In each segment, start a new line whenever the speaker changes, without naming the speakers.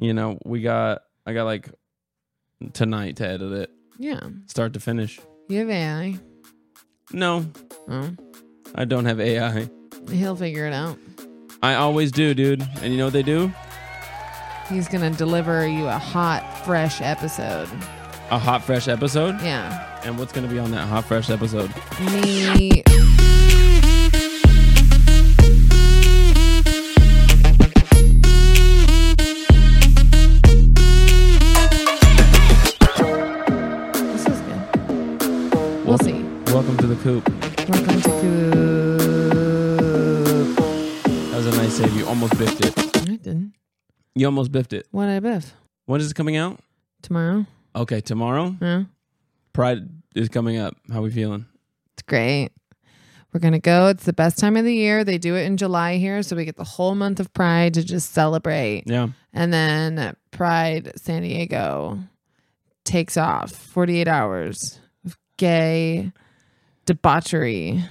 you know, we got I got like tonight to edit it,
Yeah.
start to finish.
You have AI.
No,
Oh,
I don't have AI.
he'll figure it out.
I always do, dude. And you know what they do?
He's going to deliver you a hot, fresh episode.
A hot fresh episode.
Yeah.
And what's gonna be on that hot fresh episode?
Me. This is good. We'll see.
Welcome to the coop.
Welcome to Coop.
That was a nice save. You almost biffed it.
I didn't.
You almost biffed it.
What I biff?
When is it coming out?
Tomorrow?
Okay, tomorrow.
No.
Pride is coming up. How we feeling?
It's great. We're going to go. It's the best time of the year. They do it in July here. So we get the whole month of Pride to just celebrate.
Yeah.
And then Pride San Diego takes off 48 hours of gay debauchery.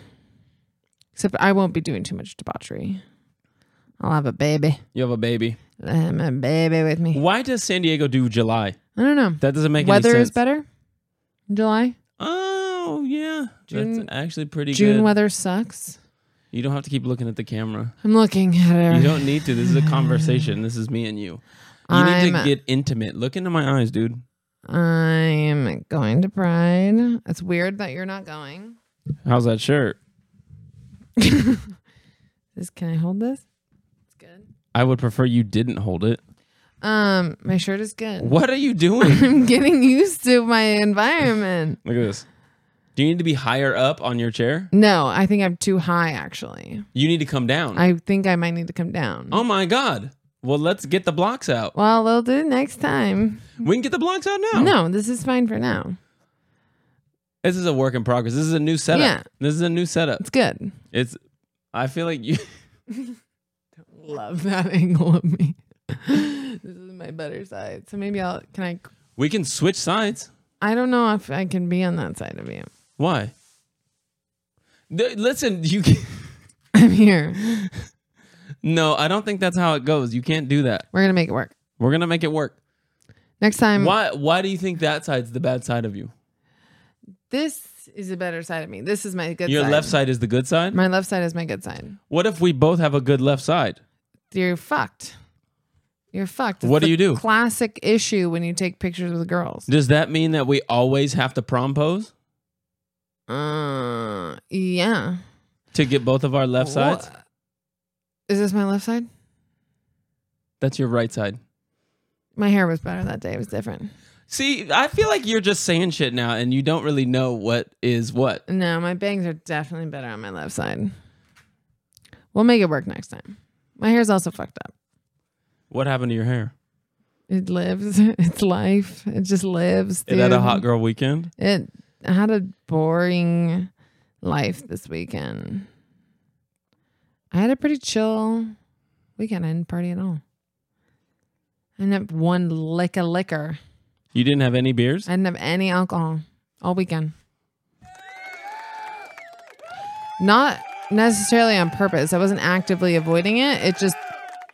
Except I won't be doing too much debauchery. I'll have a baby.
You have a baby.
I have a baby with me.
Why does San Diego do July?
I don't know.
That doesn't make
Weather
any sense.
is better. July.
Oh yeah,
June-
that's actually pretty
June
good.
weather sucks.
you don't have to keep looking at the camera.
I'm looking at it.
You don't need to. This is a conversation. This is me and you. You need to
I'm-
get intimate. Look into my eyes, dude.
I'm going to Pride. It's weird that you're not going.
How's that shirt?
This can I hold this? It's good.
I would prefer you didn't hold it.
Um, my shirt is good.
What are you doing?
I'm getting used to my environment.
Look at this. Do you need to be higher up on your chair?
No, I think I'm too high actually.
You need to come down.
I think I might need to come down.
oh my god. Well, let's get the blocks out.
Well, they'll do next time.
We can get the blocks out now.
No, this is fine for now.
This is a work in progress. This is a new setup.
Yeah.
This is a new setup.
It's good.
It's I feel like you
Love that angle of me. this is my better side. So maybe I'll can I
we can switch sides.
I don't know if I can be on that side of you.
Why? Th- listen, you can-
I'm here.
No, I don't think that's how it goes. You can't do that.
We're gonna make it work.
We're going to make it work.
Next time
Why why do you think that side's the bad side of you?
this is a better side of me. This is my good
Your
side.
left side is the good side?
My left side is my good side.
What if we both have a good left side?
you're fucked. You're fucked.
What do
the
you do?
Classic issue when you take pictures with girls.
Does that mean that we always have to prom pose
Uh, yeah.
to get both of our left
Wha-
sides?
Is this my left side?
That's your right side.
My hair was better that day. It was different.
See, I feel like you're just saying shit now and you don't really know what is what.
No, my bangs are definitely better on my left side. We'll make it work next time. My hair's also fucked up.
What happened to your hair?
It lives. It's life. It just lives.
Is that a
dude.
hot girl weekend?
It I had a boring life this weekend. I had a pretty chill weekend. I didn't party at all. I didn't have one lick of liquor.
You didn't have any beers?
I didn't have any alcohol all weekend. Not necessarily on purpose. I wasn't actively avoiding it. It just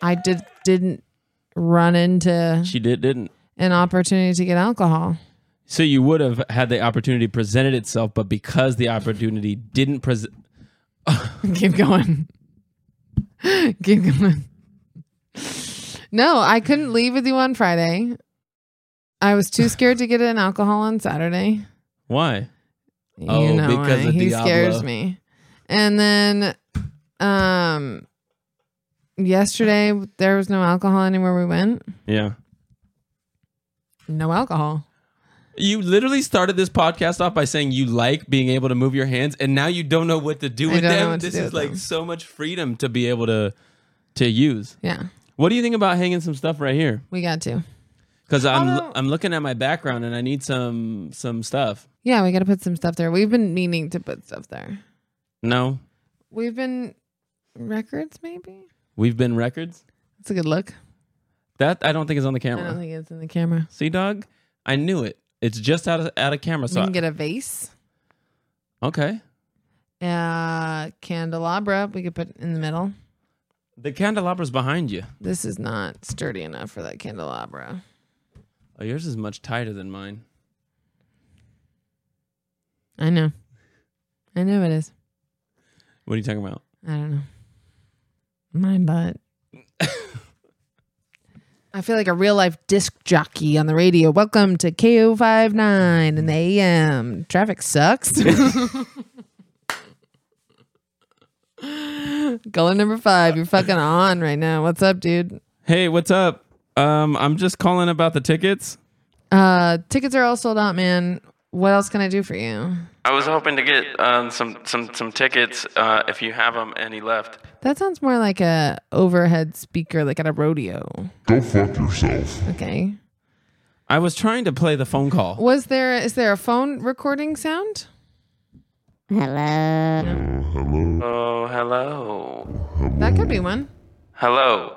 I did didn't run into
She did didn't.
an opportunity to get alcohol.
So you would have had the opportunity presented itself, but because the opportunity didn't present,
Keep going. Keep going. No, I couldn't leave with you on Friday. I was too scared to get an alcohol on Saturday.
why?
You
Oh,
know
because
why.
of
he
Diablo.
scares me. And then um yesterday there was no alcohol anywhere we went.
Yeah,
No alcohol.
you literally started this podcast off by saying you like being able to move your hands, and now you don't know what to do
I
with
don't know
them.
what to
This
do
is
with
like
them.
so much freedom to be able to to use.
Yeah,
What do you think about hanging some stuff right here?
we got to.
Because I'm
Although-
I'm looking at my background and I need some some stuff.
Yeah, we got to put some stuff there. We've been meaning to put stuff there.
No,
We've been records maybe.
we've been records.
It's a good look.
That I don't think is on the
I don't
camera.
think it's in the camera.
See, dog, I knew it. It's just out of out of camera.
we
So
can get a vase,
okay.
a candelabra we could put in the middle.
The candelabra's behind you.
This is not sturdy enough for that candelabra.
Oh, yours is much tighter than mine.
I know. I know it is.
What are you talking about?
I don't know. My butt. I feel like a real life disc jockey on the radio. Welcome to KO59 in the AM. Traffic sucks. Caller number five, you're fucking on right now. What's up, dude?
Hey, what's up? Um, I'm just calling about the tickets.
Uh, tickets are all sold out, man. What else can I do for you?
I was hoping to get um, some some some tickets uh, if you have them any left.
That sounds more like a overhead speaker, like at a rodeo.
Go fuck yourself.
Okay.
I was trying to play the phone call.
Was there is there a phone recording sound?
Uh, hello.
Oh, hello,
That could be one.
hello.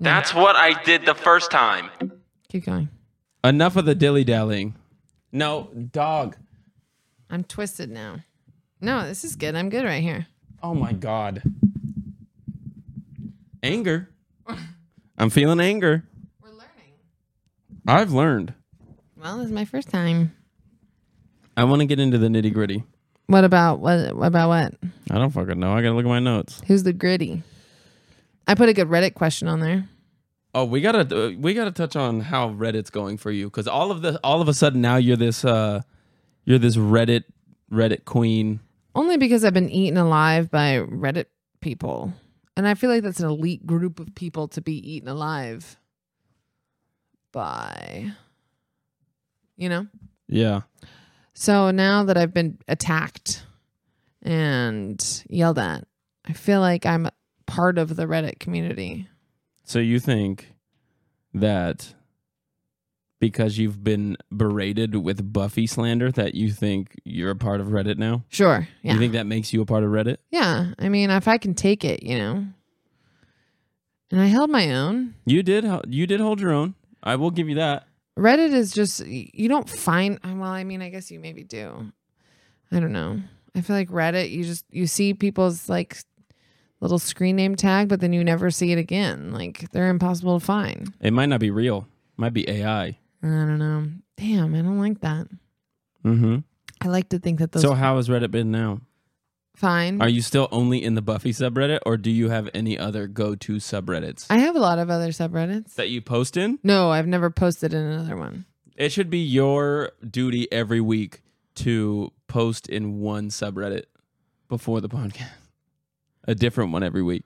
That's what I did the first time.
Keep going.
Enough of the dilly dallying. No, dog.
I'm twisted now. No, this is good. I'm good right here.
Oh my god. Anger. I'm feeling anger.
We're learning.
I've learned.
Well, this is my first time.
I want to get into the nitty gritty.
What about what, what about what?
I don't fucking know. I gotta look at my notes.
Who's the gritty? I put a good Reddit question on there.
Oh, we gotta uh, we gotta touch on how Reddit's going for you because all of the all of a sudden now you're this uh you're this Reddit Reddit queen.
Only because I've been eaten alive by Reddit people. And I feel like that's an elite group of people to be eaten alive by. You know?
Yeah.
So now that I've been attacked and yelled at, I feel like I'm part of the Reddit community.
So you think that because you've been berated with Buffy slander that you think you're a part of Reddit now?
Sure. Yeah.
You think that makes you a part of Reddit?
yeah. I mean, if I can take it, you know. And I held my own.
You did ho- you did hold your own. I will give you that.
Reddit is just, you don't find, uh, well, I mean, I guess you maybe do. I don't know. I feel like Reddit, you just, you see people's like little screen name tag, but then you never see it again. Like they're impossible to find.
It might not be real. Might be AI.
I don't know. Damn, I don't like that.
Mm-hmm.
I like to think that those
So how has Reddit been now?
fine.
Are you still only in the Buffy subreddit, or do you have any other go-to subreddits
I have a lot of other subreddits.
that you post in?
No, I've never posted in another one.
It should be your duty every week to post in one subreddit before the podcast, a different one every week.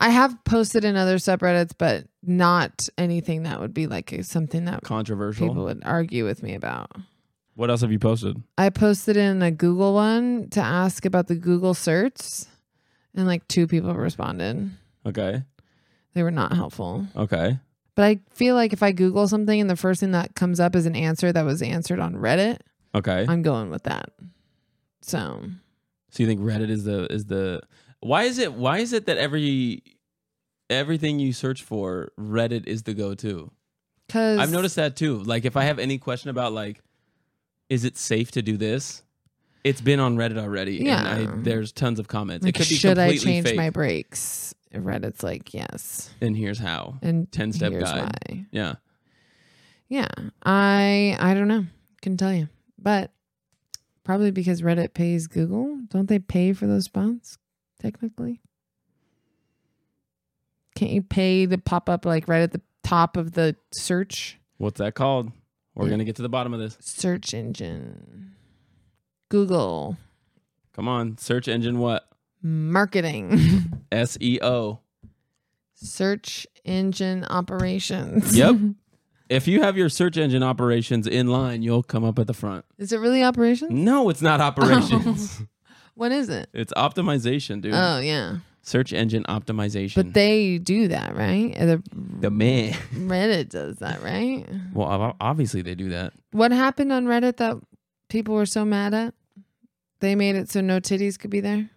I have posted in other subreddits, but not anything that would be like something that
Controversial.
people would argue with me about.
What else have you posted?
I posted in a Google one to ask about the Google certs, and like two people responded.
Okay,
They were not helpful.
okay.
But I feel like if I Google something and the first thing that comes up is an answer that was answered on Reddit,
Okay.
I'm going with that. So
So you think Reddit is the is the why is it why is it that every everything you search for Reddit is the go-to?
because
I've noticed that too. Like if I have any question about like, is it safe to do this? It's been on Reddit already, and
Yeah.
I, there's tons of comments.
Like,
it could be
should I
completely
change
fake.
my brakes? And Reddit's like, yes.
and here's how.
And
10-step
here's
guide.
why.
Yeah,
Yeah. I I don't know. Couldn't tell you. But probably because Reddit pays Google. Don't they pay for those spots technically? Can't you pay to pop up like right at the top of the search
what's that called? We're
Yeah.
gonna get to the bottom of this.
search engine? Google
Come on, search engine what? E
marketing.
SEO.
search engine operations.
Yep. if you have your search engine operations in line, you'll come up at the front.
Is it really operations?
No, it's not operations.
What is it?
It's optimization, dude.
Oh yeah,
search engine optimization.
but they do that, right? Uh, The
the man.
Reddit does that, right?
Well, ob- obviously they do that.
What happened on Reddit that people were so mad at? They made it so no titties could be there.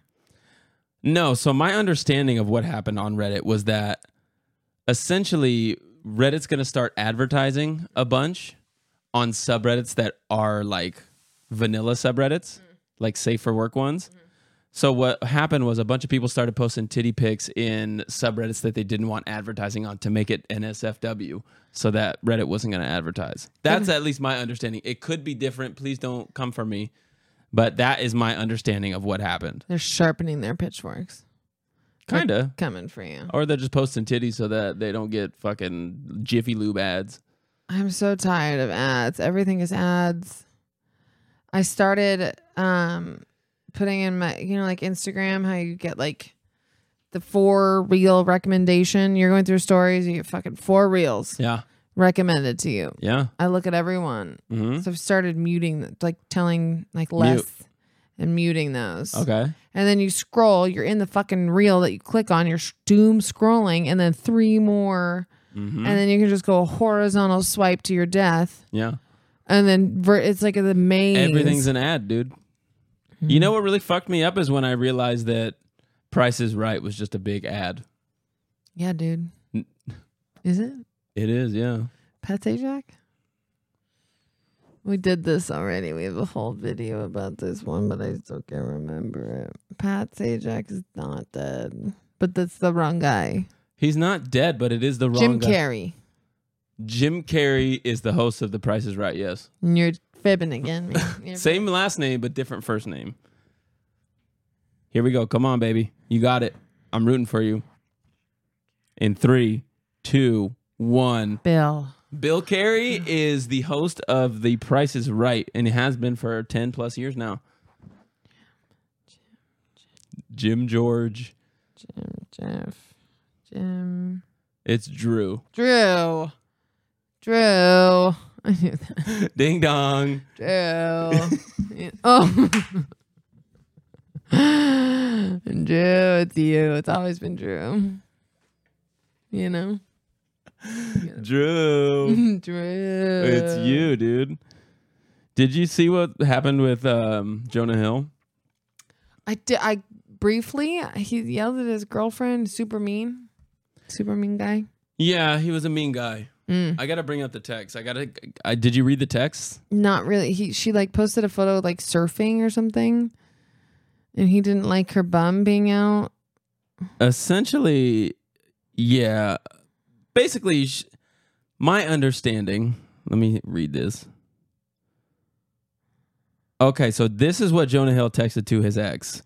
No, so my understanding of what happened on Reddit was that essentially Reddit's going to start advertising a bunch on subreddits that are like vanilla subreddits, like safe for work ones. So what happened was a bunch of people started posting titty pics in subreddits that they didn't want advertising on to make it NSFW, so that Reddit wasn't going to advertise. That's at least my understanding. It could be different. Please don't come for me, but that is my understanding of what happened.
They're sharpening their pitchforks.
Kinda,
Coming for you.
or they're just posting titties so that they don't get fucking Jiffy Lube ads.
I'm so tired of ads. Everything is ads. I started um putting in my you know like Instagram how you get like the four reel recommendation. You're going through stories, you get fucking four reels
Yeah,
recommended to you.
yeah.
I look at everyone.
Mm-hmm.
So I've started muting like telling like less and muting those.
Okay.
And then you scroll, you're in the fucking reel that you click on, you're sh- doom scrolling and then three more
Mm-hmm.
and then you can just go horizontal swipe to your death
Yeah.
and then ver- it's like the main
Everything's an ad, dude. You know what really fucked me up is when I realized that Price is Right was just a big ad.
yeah dude
N-
is it
It is, yeah.
pat sajak we did this already we have a whole video about this one but i still can't remember it pat sajak is not dead but that's the wrong guy
He's not dead, but it is the wrong
jim
guy.
carrey
Jim Carrey is the host of The Price is Right, yes.
and you're fibbing again man. You're-
Same last name, but different first name. Here we go. Come on, baby. You got it. I'm rooting for you. In three, two, one.
bill
Bill Carey is the host of The Price is Right and has been for 10 plus years now. Jim George.
jim jeff jim
It's Drew.
drew drew i knew that
Ding dong.
Joe. oh. Joe, it's you. It's always been Drew. You know? Mm-hmm.
Drew.
Drew.
Oh. it's you, dude. Did you see what happened with um, Jonah Hill?
I did I briefly he yelled at his girlfriend, super mean. Super mean guy.
Yeah, he was a mean guy.
Mm.
I gotta bring up the text. I gotta. I, did you read the text?
Not really. He she like posted a photo like surfing or something. And he didn't like her bum being out.
Essentially, yeah. Basically, sh- my understanding. Let me read this. Okay, so this is what Jonah Hill texted to his ex.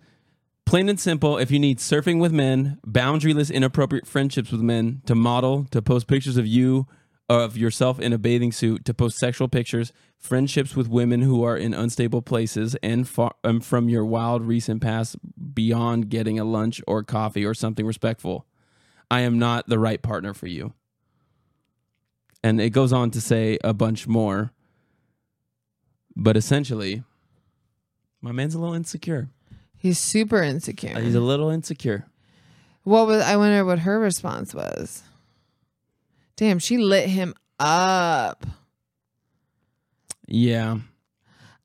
Plain and simple, if you need surfing with men, boundaryless, inappropriate friendships with men, to model, to post pictures of you, of yourself in a bathing suit, to post sexual pictures, friendships with women who are in unstable places and far, um, from your wild recent past beyond getting a lunch or coffee or something respectful, I am not the right partner for you. And it goes on to say a bunch more. But essentially, my man's a little insecure.
He's super insecure.
Uh, He's a little insecure.
What was I wonder what her response was? Damn, she lit him up.
Yeah.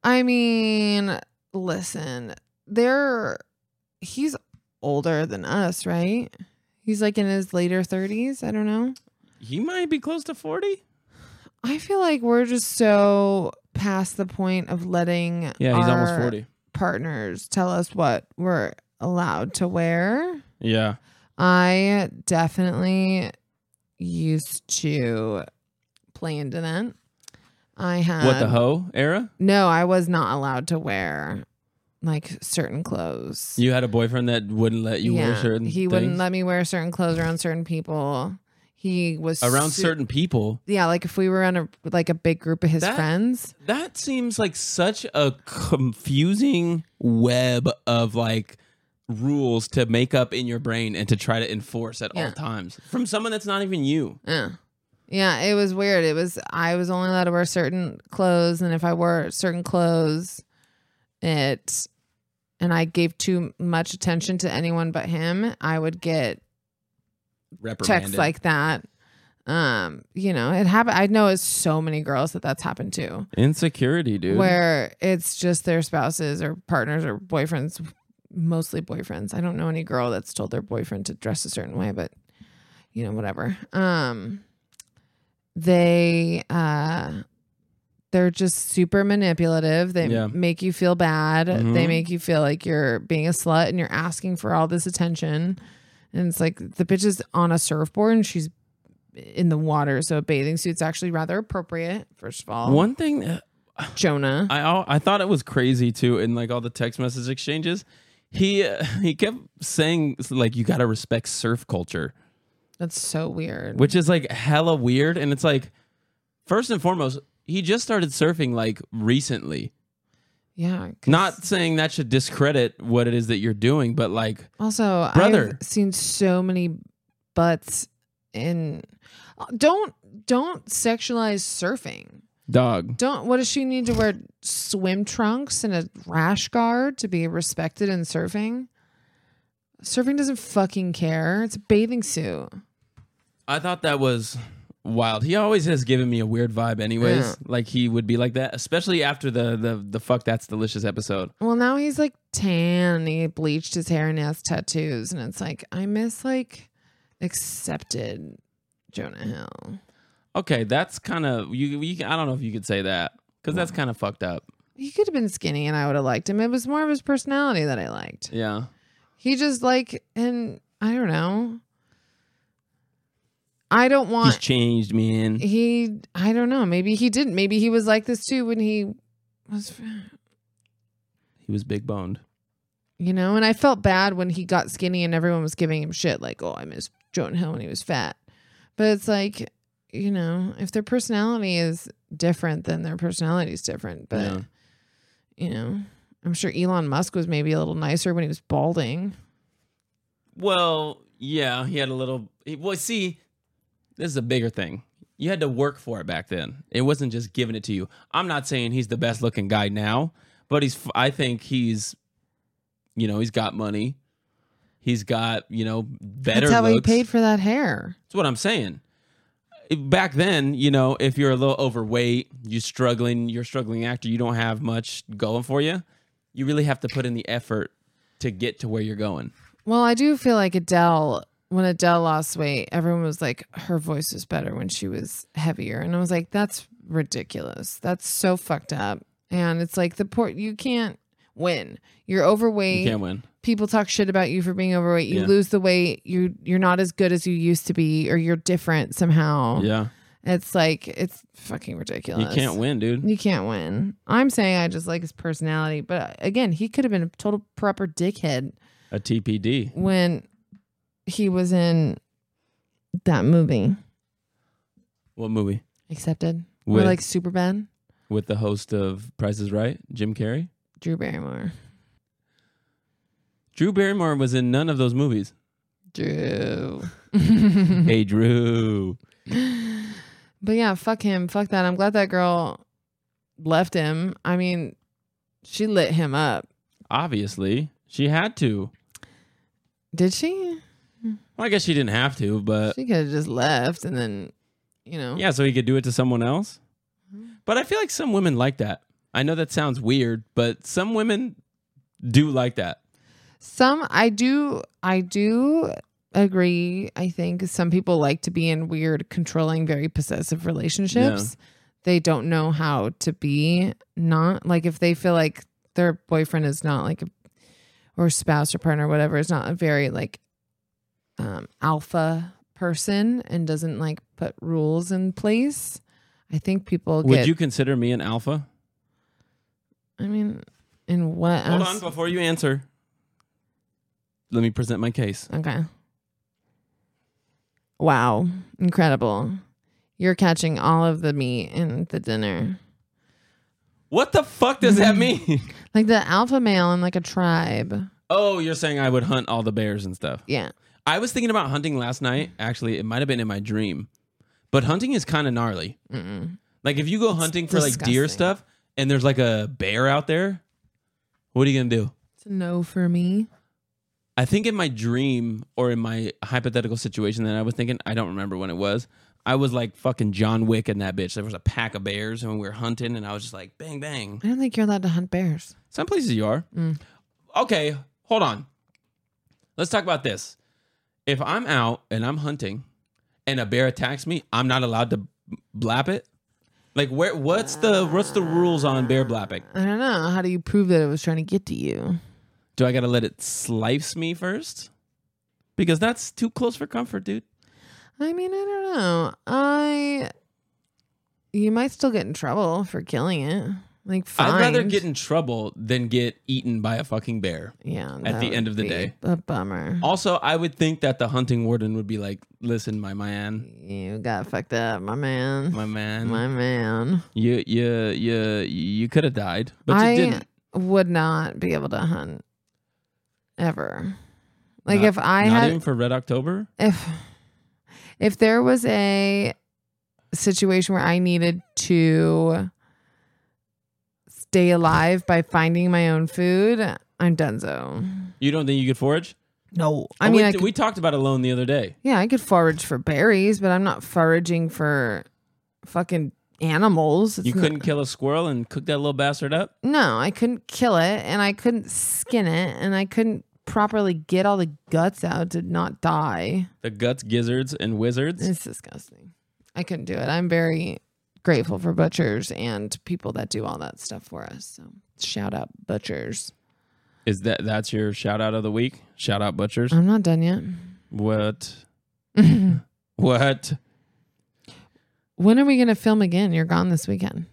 I mean, listen, they're he's older than us, right? He's like in his later 30s. I don't know.
He might be close to 40.
I feel like we're just so past the point of letting
Yeah, he's almost
our
40.
partners tell us what we're allowed to wear.
Yeah.
I definitely used to play into that. I had
what, the hoe era?
No, I was not allowed to wear like certain clothes.
You had a boyfriend that wouldn't let you wear certain
He
things?
wouldn't let me wear certain clothes around certain people. He was
Around
su-
certain people.
Yeah, like if we were on a like a big group of his
That-
friends.
That seems like such a confusing web of like rules to make up in your brain and to try to enforce at
Yeah.
all times from someone that's not even you.
Yeah. Yeah, it was weird. It was I was only allowed to wear certain clothes and if I wore certain clothes it and I gave too much attention to anyone but him, I would get
Reprimanded.
texts like that. Um, you know, it happened I know it's so many girls that that's happened to
insecurity, dude.
where it's just their spouses or partners or boyfriends, mostly boyfriends. I don't know any girl that's told their boyfriend to dress a certain way, but you know, whatever. Um, they uh, they're just super manipulative. They
Yeah.
make you feel bad. They
Mhm.
make you feel like you're being a slut and you're asking for all this attention. And it's like the bitch is on a surfboard and she's in the water, so a bathing suit's actually rather appropriate. First of all,
One thing uh,
Jonah.
I al- I thought it was crazy too in like all the text message exchanges. He uh, he kept saying like you got to respect surf culture,
That's so weird.
which is like hella weird and it's like first and foremost, he just started surfing like recently.
yeah. 'cause-
Not saying that should discredit what it is that you're doing, but like
Also,
Brother.
I've seen so many butts in. Don't don't sexualize surfing.
dog.
Don't. What does she need to wear? Swim trunks and a rash guard to be respected in surfing. Surfing doesn't fucking care. It's a bathing suit.
I thought that was wild. He always has given me a weird vibe anyways.
Yeah.
Like he would be like that, especially after the the the fuck that's delicious episode.
Well, now he's like tan. and He bleached his hair and has tattoos, and it's like I miss like accepted Jonah Hill.
Okay, that's kind of you, you. I don't know if you could say that because that's kind of fucked up.
He could have been skinny, and I would have liked him. It was more of his personality that I liked.
Yeah,
He just like and I don't know. I don't
he's
want
changed, man.
he I don't know. Maybe he didn't. Maybe he was like this too when he was
He was big boned.
you know, and I felt bad when he got skinny and everyone was giving him shit like, "Oh, I miss Jonah Hill when he was fat." But it's like, you know, if their personality is different, then their personality is different. But
Yeah.
you know, I'm sure Elon Musk was maybe a little nicer when he was balding.
Well, yeah, he had a little. he- Well, see, this is a bigger thing. You had to work for it back then. It wasn't just giving it to you. I'm not saying he's the best looking guy now, but he's. f- I think he's, you know, he's got money. He's got you know better.
That's how
looks.
he paid for that hair.
That's what I'm saying. Back then, you know, if you're a little overweight, you're struggling, you're a struggling actor, you don't have much going for you, you really have to put in the effort to get to where you're going.
Well, I do feel like Adele, when Adele lost weight, everyone was like, her voice was better when she was heavier. And I was like, that's ridiculous. That's so fucked up. And it's like, the poor, you can't win. You're overweight.
You can't win.
People talk shit about you for being overweight. You
Yeah.
lose the weight. You, you're not as good as you used to be, or you're different somehow.
Yeah.
It's like, it's fucking
You
ridiculous.
can't win, dude.
You can't win. I'm saying I just like his personality. But again, he could have been a total proper dickhead
A TPD.
when he was in that movie
What movie?
accepted
With,
or like super ben
with the host of Price is Right, Jim Carrey.
drew barrymore
Drew Barrymore was in none of those movies.
drew
hey, Drew.
but yeah fuck him fuck that i'm glad that girl left him i mean she lit him up
Obviously, she had to.
did she
Well, I guess she didn't have to, but
she could have just left and then you know
Yeah, so he could do it to someone else.
Mm-hmm.
But I feel like some women like that. I know that sounds weird, but some women do like that.
some i do i do agree i think some people like to be in weird controlling very possessive relationships they don't know how to be not like if they feel like their boyfriend is not like a or spouse or partner or whatever is not a very like um alpha person and doesn't like put rules in place i think people
Would
get
you consider me an alpha?
i mean in what
Hold on
else?
before you answer. Let me present my case.
Okay. Wow. Incredible. You're catching all of the meat in the dinner.
What the fuck does that mean?
Like the alpha male in like a tribe.
oh, you're saying I would hunt all the bears and stuff.
Yeah.
I was thinking about hunting last night. Actually, it might have been in my dream. But hunting is kind of gnarly.
Mm-mm.
Like if you go hunting for like deer
disgusting.
stuff and there's like a bear out there, what are you going to do?
It's a no for me.
I think in my dream or in my hypothetical situation that I was thinking, I don't remember when it was. I was like fucking John Wick in that bitch. There was a pack of bears and we were hunting, and I was just like, bang, bang.
I don't think you're allowed to hunt bears.
Some places you are. Okay, hold on. Let's talk about this. If I'm out and I'm hunting and a bear attacks me, I'm not allowed to blap it. Like where? What's the what's the rules on bear blapping?
I don't know. How do you prove that it was trying to get to you?
Do I gotta let it slice me first? Because that's too close for comfort, dude.
I mean, I don't know. I you might still get in trouble for killing it. Like fine.
I'd rather get in trouble than get eaten by a fucking bear.
yeah
at
that
the
would
end of the
be
day.
A bummer.
Also, I would think that the hunting warden would be like, "Listen, my man,
you got fucked up, my man.
my man,
My man.
you you you you could have died, but
I
you didn't."
would not be able to hunt ever. Like
Not-
if I
Not
had
even for Red October.
if if there was a situation where I needed to stay alive by finding my own food, I'm donezo.
You don't think you could forage?
No, I
Oh,
mean,
we,
I
d-
could,
we talked about alone the other day.
yeah, I could forage for berries, but I'm not foraging for fucking animals. It's
You
not-
couldn't kill a squirrel and cook that little bastard up.
No, I couldn't kill it, and I couldn't skin it, and I couldn't properly get all the guts out to not die.
The guts, gizzards, and wizards.
It's disgusting. I couldn't do it. I'm very grateful for butchers and people that do all that stuff for us. So shout out butchers.
Is that that's your shout out of the week? Shout out butchers.
I'm not done yet.
What? What?
When are we gonna film again? You're gone this weekend.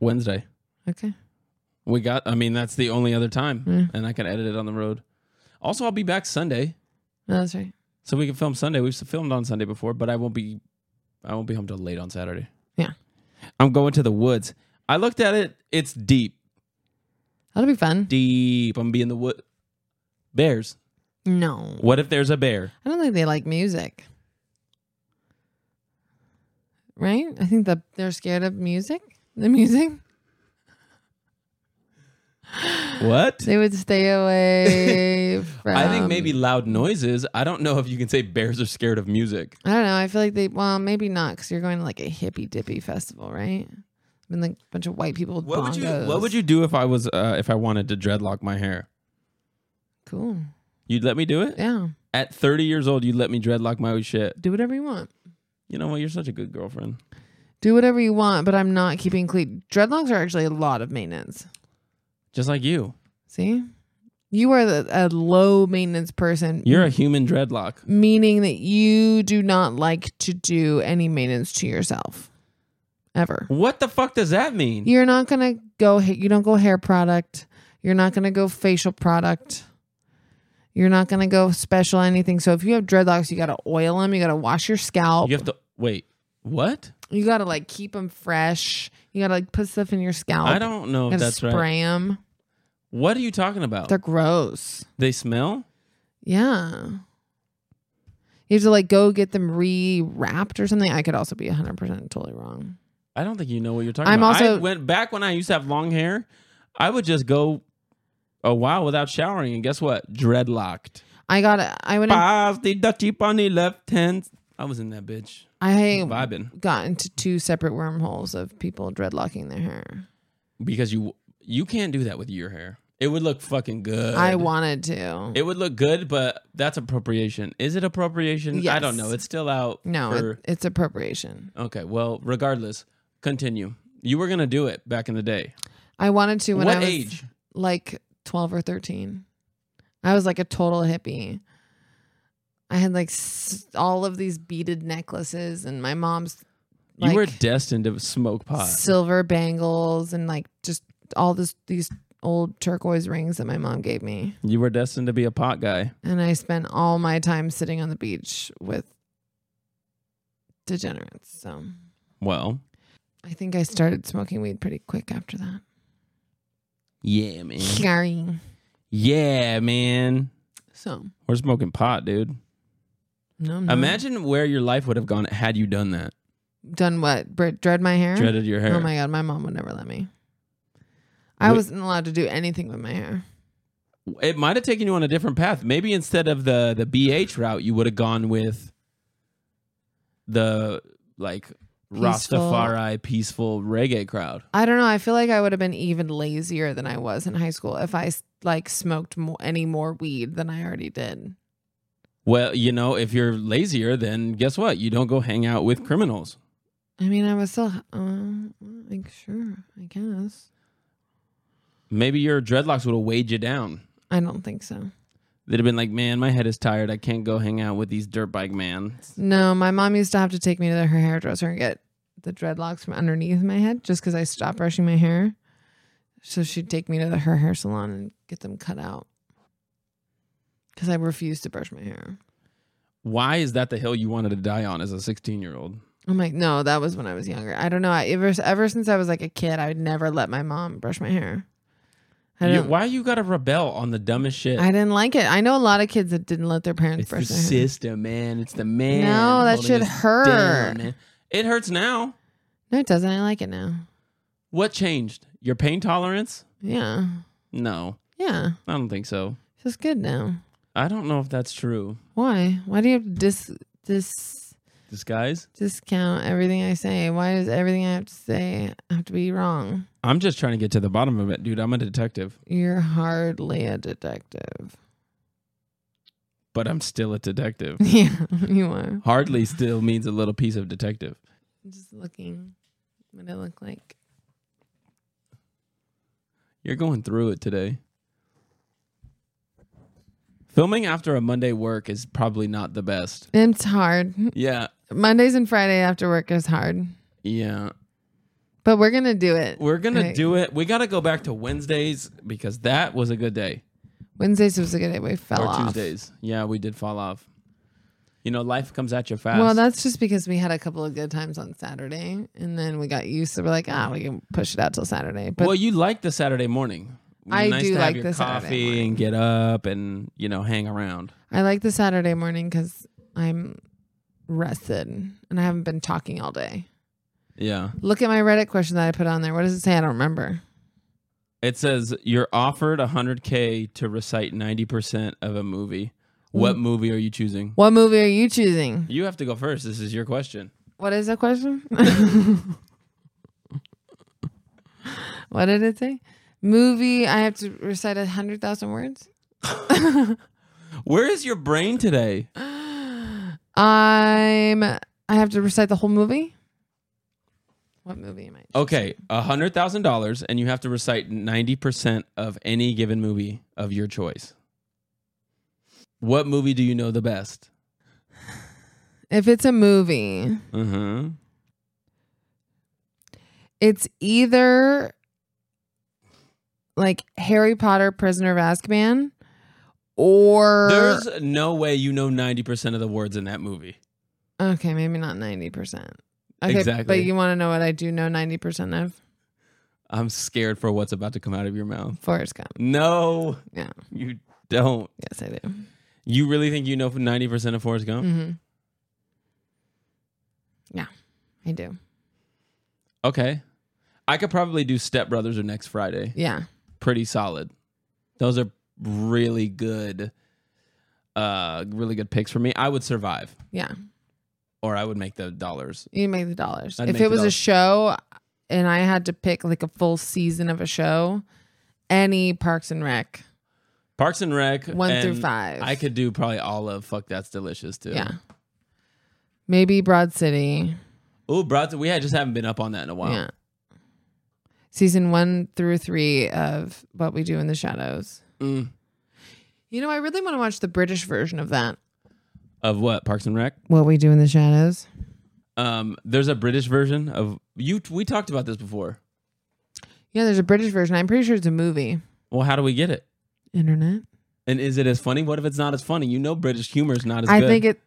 Wednesday.
Okay.
We got. I mean, that's the only other time,
Yeah.
and I can edit it on the road. Also, I'll be back Sunday.
No, that's right.
So we can film Sunday. We've filmed on Sunday before, but I won't be I won't be home till late on Saturday.
Yeah.
I'm going to the woods. I looked at it. It's deep.
That'll be fun.
Deep. I'm gonna be in the wood. Bears.
No.
What if there's a bear?
I don't think they like music. Right? I think that they're scared of music. The music.
What?
They would stay away from
I think maybe loud noises. I don't know if you can say bears are scared of music.
I don't know. I feel like they. Well, maybe not because you're going to like a hippy dippy festival, right? I mean, like a bunch of white people. With
What would you
bongos.
What would you do if I was uh, if I wanted to dreadlock my hair?
Cool.
You'd let me do it
Yeah.
at 30 years old. You'd let me dreadlock my shit.
Do whatever you want.
You know what? You're such a good girlfriend.
Do whatever you want, but I'm not keeping clean. Dreadlocks are actually a lot of maintenance.
Just like you.
See, you are the, a low maintenance person.
You're a human dreadlock.
meaning that you do not like to do any maintenance to yourself, ever.
What the fuck does that mean?
You're not gonna go. ha- You don't go hair product. You're not gonna go facial product. You're not gonna go special anything. So if you have dreadlocks, you gotta oil them. You gotta wash your scalp.
You have to wait. What?
you gotta like keep them fresh. You gotta like put stuff in your scalp.
I don't know
You
if
gotta
that's
spray
right.
them.
What are you talking about?
They're gross.
they smell?
Yeah. You have to like go get them re-wrapped or something. I could also be 100% totally wrong.
I don't think you know what you're talking
I'm
about. I
also-
went back when I used to have long hair. I would just go a while without showering, and guess what? Dreadlocked.
I got I went in-
Pass the Dutchie on the left hand. I was in that bitch.
I
Vibing.
got into two separate wormholes of people dreadlocking their hair.
Because you you can't do that with your hair. It would look fucking good.
I wanted to.
it would look good, but that's appropriation. Is it appropriation? I don't
Yes.
know. It's still out.
no,
for-
it, it's appropriation.
Okay. Well, regardless, continue. You were gonna do it back in the day.
I wanted to when
what
I was
age?
like 12 or 13. I was like a total hippie. I had like s- all of these beaded necklaces and my mom's like
you were destined to smoke pot.
silver bangles and like just all this these old turquoise rings that my mom gave me.
you were destined to be a pot guy.
And I spent all my time sitting on the beach with degenerates. So
Well,
I think I started smoking weed pretty quick after that.
yeah, man.
Sorry.
yeah, man.
So
We're smoking pot, dude.
Mm-hmm. no, I'm not.
Imagine where your life would have gone had you done that.
done what? Bre- dread my hair?
Dreaded your hair.
Oh my god, my mom would never let me. I
Wait.
wasn't allowed to do anything with my hair.
It might have taken you on a different path. Maybe instead of the the BH route, you would have gone with the like
Peaceful.
Rastafari peaceful reggae crowd.
I don't know. I feel like I would have been even lazier than I was in high school if I s- like smoked mo- any more weed than I already did.
Well, you know, if you're lazier, then guess what? You don't go hang out with criminals.
I mean, I was still um, like, sure, I guess.
Maybe your dreadlocks would have weighed you down.
I don't think so.
They'd have been like, man, my head is tired. I can't go hang out with these dirt bike man.
No, my mom used to have to take me to her hairdresser and get the dreadlocks from underneath my head just because I stopped brushing my hair. So she'd take me to the, her hair salon and get them cut out because I refused to brush my hair.
Why is that the hill you wanted to die on as a 16 year old?
I'm like, no, that was when I was younger. I don't know. I, ever ever since I was like a kid, I would never let my mom brush my hair. I
You-
didn't,
Why you got to rebel on the dumbest shit?
I didn't like it. I know a lot of kids that didn't let their parents
it's the
brush their hair.
system, man. It's the man.
No, that
holding
should
us
hurt.
down, eh? man. it hurts now.
No, it doesn't. I like it now.
What changed? Your pain tolerance?
Yeah.
No,
Yeah.
I don't think so.
Feels good now.
I don't know if that's true.
Why? Why do you have to dis dis
Disguise?
discount everything I say? Why does everything I have to say have to be wrong?
I'm just trying to get to the bottom of it, dude. I'm a detective,
You're hardly a detective.
but I'm still a detective.
yeah, you are.
Hardly still means a little piece of detective.
Just looking what it looked like.
You're going through it today. Filming after a Monday work is probably not the best.
It's hard.
Yeah.
Mondays and Friday after work is hard,
Yeah.
but we're gonna do it.
We're going to
Right.
do it. We got to go back to Wednesdays because that was a good day.
Wednesdays was a good day. We fell
or
off.
Tuesdays. Yeah, we did fall off. You know, life comes at you fast.
Well, that's just because we had a couple of good times on Saturday, and then we got used to. We're like, ah, we can push it out till Saturday. But
well, you like the Saturday morning.
I
nice
do
to have
like
your
the Saturday
coffee
morning.
and get up and you know hang around.
I like the Saturday morning because I'm rested and I haven't been talking all day.
Yeah,
Look at my Reddit question that I put on there. What does it say? I don't remember.
it says you're offered 100k to recite 90% of a movie. What
Mm.
movie are you choosing?
What movie are you choosing?
You have to go first. This is your question.
What is the question? what did it say? Movie. I have to recite a hundred thousand words.
Where is your brain today?
I'm. I have to recite the whole movie. What movie am I?
Okay, $100,000 and you have to recite 90% of any given movie of your choice. What movie do you know the best?
If it's a movie,
Uh-huh.
it's either like Harry Potter, Prisoner of Azkaban, or
There's no way you know 90% of the words in that movie.
okay, maybe not ninety percent. Okay,
Exactly.
But you want to know what I do know ninety percent of?
I'm scared for what's about to come out of your mouth.
Forrest Gump.
No,
Yeah.
you don't.
Yes, I do.
You really think you know 90% of Forrest Gump?
Mm-hmm. Yeah, I do.
Okay. I could probably do Step Brothers or Next Friday.
Yeah.
Pretty solid. Those are really good uh really good picks for me. I would survive
Yeah.
or I would make the dollars.
You make the dollars.
I'd
if
make the
it was a
dollars.
show and I had to pick like a full season of a show, any Parks and Rec,
Parks and Rec
one through
and
five.
I could do probably all of fuck that's delicious too.
Yeah. Maybe Broad City.
Oh, Broad we had just haven't been up on that in a while.
Yeah. Season one through three of What We Do in the Shadows.
Mm.
You know, I really want to watch the British version of that.
Of what? Parks and Rec?
What We Do in the Shadows.
Um, there's a British version of you. We talked about this before.
Yeah, there's a British version. I'm pretty sure it's a movie.
Well, how do we get it?
Internet.
And is it as funny? What if it's not as funny? You know, British humor is not as.
I
good.
think it.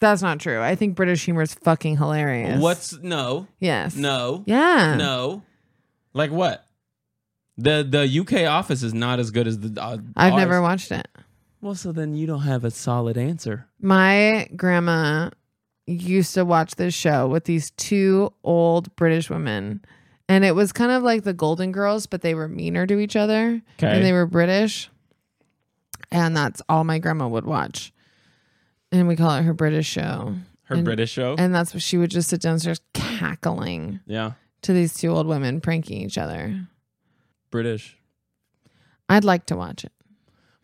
That's not true. I think British humor is fucking hilarious.
What's no,
Yes.
no,
Yeah.
no? Like what? The the UK office is not as good as the. Uh,
I've
ours.
never watched it.
Well, so then you don't have a solid answer.
My grandma used to watch this show with these two old British women. And it was kind of like the Golden Girls, but they were meaner to each other.
Okay.
And they were British. And that's all my grandma would watch. And we call it her British show.
Her
and-
British show.
And that's what she would just sit downstairs cackling
yeah,
to these two old women pranking each other.
British.
I'd like to watch it.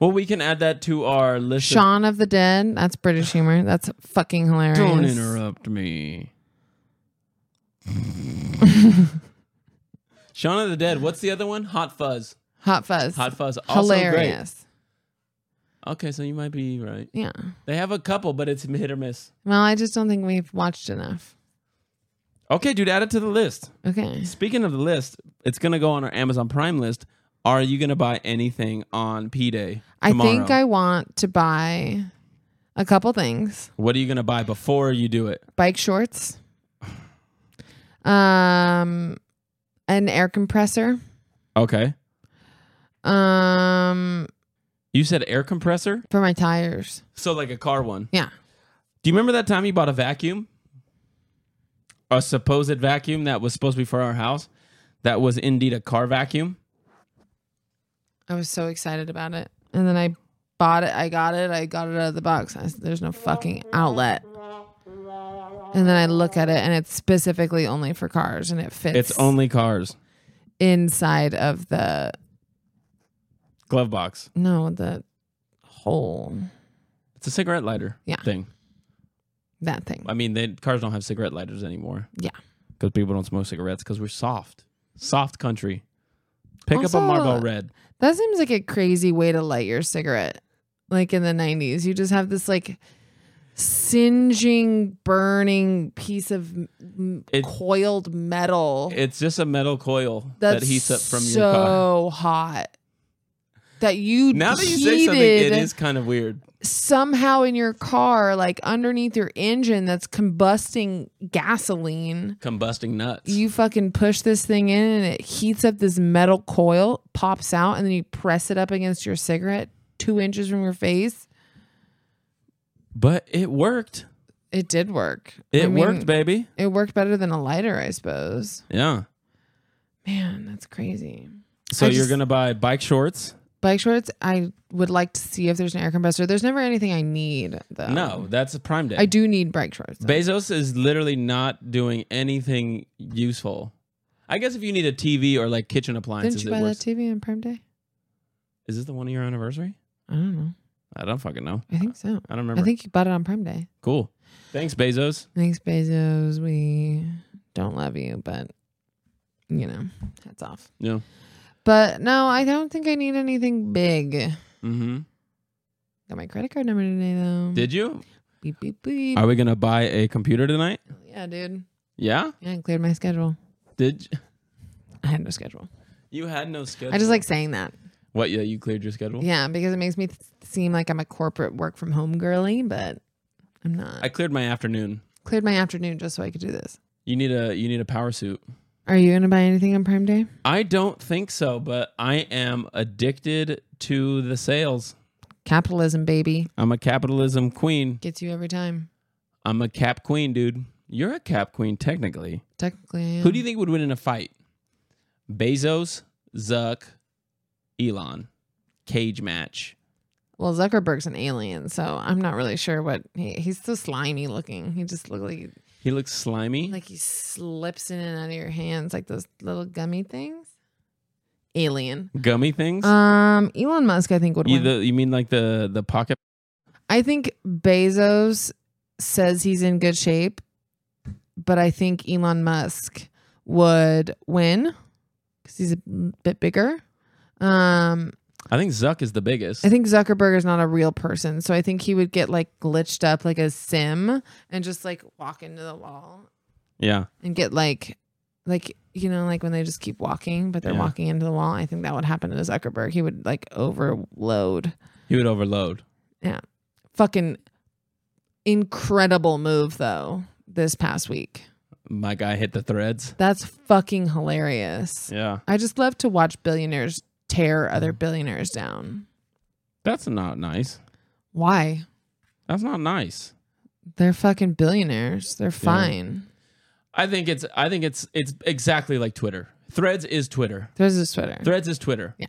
Well, we can add that to our list. of-
Shaun of the Dead, that's British humor. That's fucking hilarious.
don't interrupt me. Shaun of the Dead. What's the other one? Hot Fuzz.
Hot Fuzz.
Hot Fuzz. Also Hilarious.
Hilarious.
Great. Okay, so you might be right.
Yeah.
They have a couple, but it's hit or miss.
Well, I just don't think we've watched enough.
Okay, dude, add it to the list.
Okay.
Speaking of the list, it's gonna go on our Amazon Prime list. Are you gonna buy anything on P Day?
I think I want to buy a couple things.
What are you gonna buy before you do it?
Bike shorts. Um an air compressor.
Okay.
Um
You said air compressor,
for my tires.
so like a car one.
Yeah.
Do you remember that time you bought a vacuum? A supposed vacuum that was supposed to be for our house, that was indeed a car vacuum.
I was so excited about it. And then I bought it. I got it. I got it out of the box. I said, There's no fucking outlet. And then I look at it and it's specifically only for cars and it fits
It's, only cars.
inside of the
Glove box.
no, the hole.
It's a cigarette lighter
Yeah.
thing.
That thing.
I mean, they, cars don't have cigarette lighters anymore.
Yeah.
Because people don't smoke cigarettes because we're soft. Soft country. Pick
Also-
up a Marlboro Red.
That seems like a crazy way to light your cigarette. Like in the 90s, you just have this like singeing, burning piece of m-
It-
coiled metal
It's just a metal coil
that's
that heats up from
so
your car.
hot that you
Now that you
heated
say something, it is kind of weird.
somehow in your car, like underneath your engine that's combusting gasoline.
Combusting nuts.
You fucking push this thing in and it heats up this metal coil, pops out, and then you press it up against your cigarette two inches from your face.
but it worked.
It did work.
It
I mean,
worked, baby.
It worked better than a lighter, I suppose.
Yeah.
Man, that's crazy.
So
I
you're
just-
going to buy bike shorts?
Bike shorts, I would like to see if there's an air compressor. There's never anything I need, though.
no, that's a prime day.
Oh. I do need bike shorts. though.
Bezos is literally not doing anything useful. I guess if you need a TV or like kitchen
Didn't
appliances,
you
it
buy that
works.
TV on Prime Day?
Is this the one of your anniversary?
I don't know.
I don't fucking know.
I think so.
I don't remember.
I think you bought it on Prime Day.
cool. Thanks, Bezos.
Thanks, Bezos. We don't love you, but you know, hats off.
Yeah.
But no, I don't think I need anything big.
Mm-hmm.
Got my credit card number today though.
Did you?
beep beep beep.
Are we gonna buy a computer tonight?
yeah, dude.
Yeah.
Yeah, I cleared my schedule.
Did you?
I had no schedule.
you had no schedule?
I just like saying that.
what? Yeah, you cleared your schedule.
Yeah, because it makes me th- seem like I'm a corporate work from home girly, but I'm not.
I
I
cleared my afternoon.
cleared my afternoon just so I could do this.
You need a you need a power suit.
Are you gonna buy anything on Prime Day?
I don't think so, but I am addicted to the sales.
Capitalism, baby,
I'm a capitalism queen.
gets you every time.
I'm a cap queen, dude. You're a cap queen technically.
Technically, I am.
Who do you think would win in a fight? Bezos, Zuck, Elon, cage match.
Well, Zuckerberg's an alien, so I'm not really sure what he, he's so slimy looking. He just looked like
He looks slimy.
like he slips in and out of your hands like those little gummy things. Alien.
Gummy things.
Um, Elon Musk, I think would
you,
win.
the, you mean like the the pocket?
I think Bezos says he's in good shape, but I think Elon Musk would win because he's a bit bigger. Um,
I think Zuck is the biggest.
I think Zuckerberg is not a real person, so I think he would get like glitched up like a sim and just like walk into the wall
yeah,
and get like like you know like when they just keep walking but they're
Yeah.
walking into the wall. I think that would happen to Zuckerberg. He would like overload.
he would overload.
Fucking incredible move though this past week.
My guy hit the threads.
That's fucking hilarious.
Yeah,
I just love to watch billionaires tear other billionaires down.
that's not nice.
Why?
That's not nice.
They're fucking billionaires. They're fine.
I think it's I think it's it's exactly like Twitter. Threads is Twitter.
There's a sweater.
Threads is Twitter.
Yeah.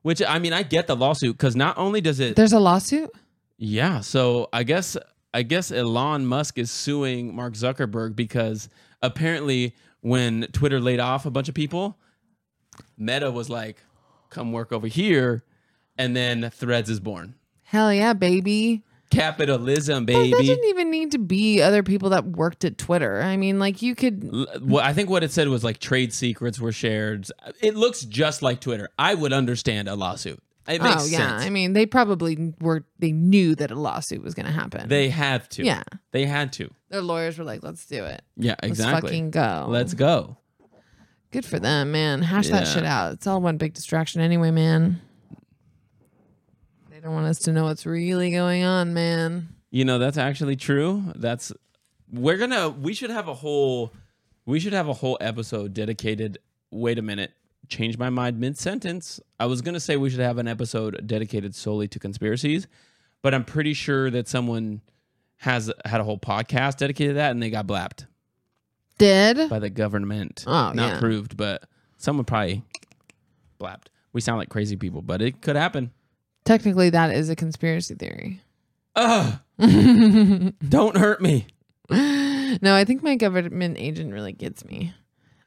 Which I mean, I get the lawsuit because not only does it
There's a lawsuit.
Yeah, so I guess I guess Elon Musk is suing Mark Zuckerberg because apparently when Twitter laid off a bunch of people, Meta was like, "Come work over here," and then Threads is born.
Hell yeah, baby!
capitalism,
Like, that
baby.
didn't even need to be other people that worked at Twitter. I mean, like you could. oh,
L- Well, I think what it said was like trade secrets were shared. It looks just like Twitter. I would understand a lawsuit. It makes
oh yeah,
sense.
I mean, they probably were. They knew that a lawsuit was going to happen.
they have to.
yeah,
They had to.
their lawyers were like, "Let's do it.
Yeah,
Let's
exactly.
fucking go.
Let's go.
Good for them, man. Hash that
Yeah.
shit out. It's all one big distraction anyway, man. They don't want us to know what's really going on, man.
You know, that's actually true. That's we're gonna we should have a whole we should have a whole episode dedicated wait a minute. Change my mind mid sentence. I was gonna say we should have an episode dedicated solely to conspiracies, but I'm pretty sure that someone has had a whole podcast dedicated to that and they got blapped
Did?
by the government.
Oh,
Not
yeah.
proved, but someone probably blapped. We sound like crazy people, but it could happen.
Technically, that is a conspiracy theory.
Ugh, don't hurt me.
No, I think my government agent really gets me.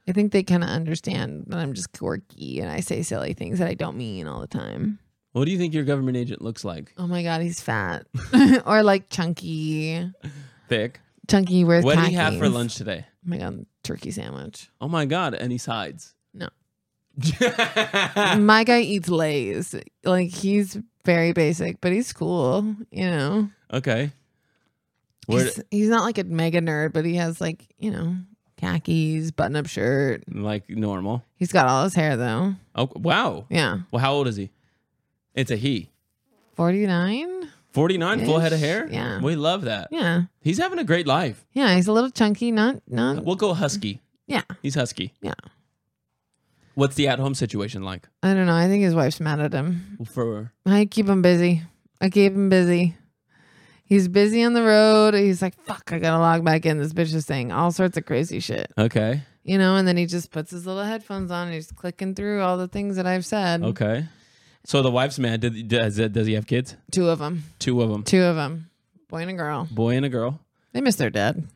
I think they kind of understand that I'm just quirky and I say silly things that I don't mean all the time.
What do you think your government agent looks like?
Oh my God, he's fat. or like chunky.
Thick.
Chunky wears
What did he have
khakis.
for lunch today?
Oh my God, turkey sandwich.
Oh my god, any sides?
No.
yeah,
my guy eats Lay's. Like he's very basic, but he's cool. You know,
okay. Where,
he's, he's not like a mega nerd, but he has like you know khakis, button-up shirt.
like normal.
He's got all his hair though.
Oh wow.
Yeah,
Well, how old is he? It's a he.
forty-nine.
49 full head of
Ish,
hair?
yeah.
We love that.
Yeah,
He's having a great life.
yeah. He's a little chunky. Not not.
We'll go husky.
Yeah.
He's husky.
Yeah.
What's the at-home situation like?
I don't know. I think his wife's mad at him.
For
I keep him busy. I keep him busy. He's busy on the road. He's like, fuck, I gotta log back in. This bitch is saying all sorts of crazy shit.
Okay.
you know, and then he just puts his little headphones on and he's clicking through all the things that I've said.
Okay. So the wife's man did, does does he have kids?
Two of them,
Two of them.
two of them, boy and a girl.
Boy and a girl.
They miss their dad.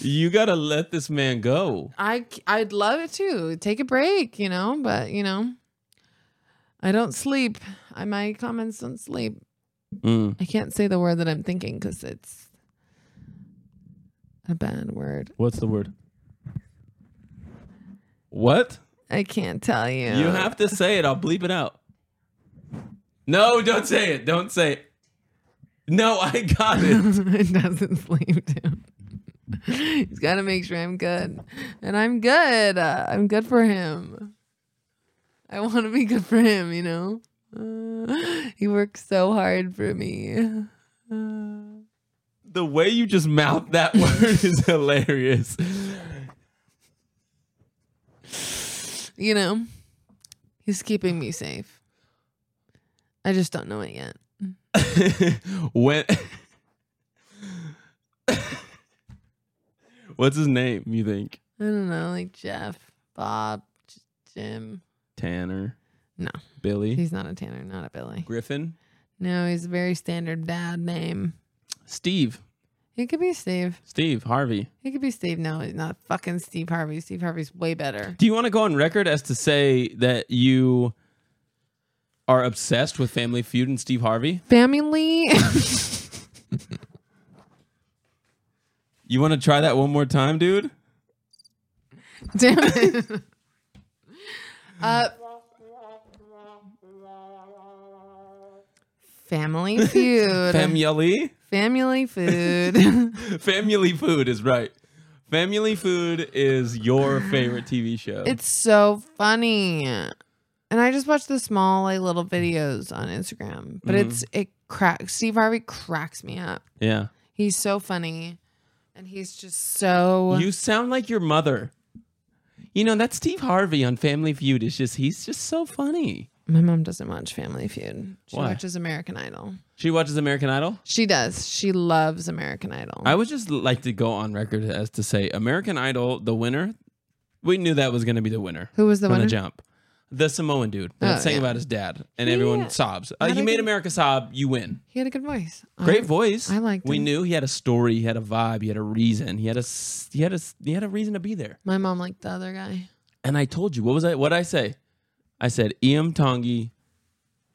You got to let this man go.
I I'd love it too. Take a break, you know, but you know, I don't sleep. I my comments don't sleep.
Mm.
I can't say the word that I'm thinking because it's a bad word.
What's the word? What?
I can't tell you.
You have to say it. I'll bleep it out. No, don't say it. Don't say it. No, I got it.
it doesn't sleep down. He's got to make sure I'm good, and I'm good. Uh, I'm good for him. I want to be good for him, you know. Uh, he works so hard for me. Uh,
the way you just mouth that word is hilarious.
you know, he's keeping me safe. I just don't know it yet.
when What's his name, you think?
I don't know, like Jeff, Bob, J- Jim.
Tanner.
No.
Billy.
He's not a Tanner, not a Billy.
Griffin.
No, he's a very standard dad name.
Steve.
He could be Steve.
Steve Harvey.
It could be Steve. No, it's not fucking Steve Harvey. Steve Harvey's way better.
Do you want to go on record as to say that you are obsessed with Family Feud and Steve Harvey?
Family.
You want to try that one more time, dude?
Damn it. Uh, family food.
Family?
family food.
Family Food is right. Family Food is your favorite TV show.
it's so funny. And I just watch the small like little videos on Instagram. But
Mm-hmm.
it's it cracks Steve Harvey cracks me up.
yeah.
He's so funny. And he's just so
You sound like your mother. You know, that Steve Harvey on Family Feud is just, he's just so funny.
My mom doesn't watch Family Feud. She
Why?
watches American Idol.
She watches American Idol?
She does. She loves American Idol.
I would just like to go on record as to say American Idol, the winner, we knew that was going to be the winner.
Who was the
from
winner?
the jump. The Samoan dude that
Oh,
sang
yeah.
about his dad, and
He-
everyone sobs. Uh,
how'd
he
I
made
get-
America sob. You win.
he had a good voice.
Great
I-
voice.
I liked
We
him.
knew he had a story. He had a vibe. He had a reason. He had a s- he had a s- he had a reason to be there.
My mom liked the other guy.
And I told you what was I what I say? I said Em Tongi,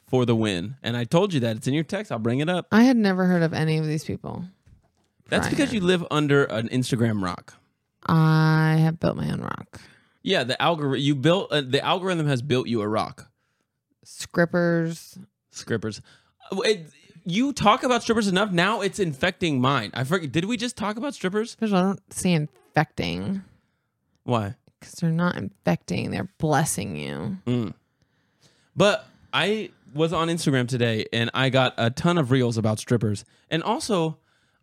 for the win. And I told you that. It's in your text. I'll bring it up.
I had never heard of any of these people.
That's because you live under an Instagram rock.
I have built my own rock.
Yeah, the algorithm you built uh, the algorithm has built you a rock.
Scrippers.
Scrippers. Uh, it- you talk about strippers enough now it's infecting mine. I forget did we just talk about strippers?
First of all, I don't see infecting
Why?
because they're not infecting; they're blessing you.
But I was on Instagram today and I got a ton of reels about strippers. And also,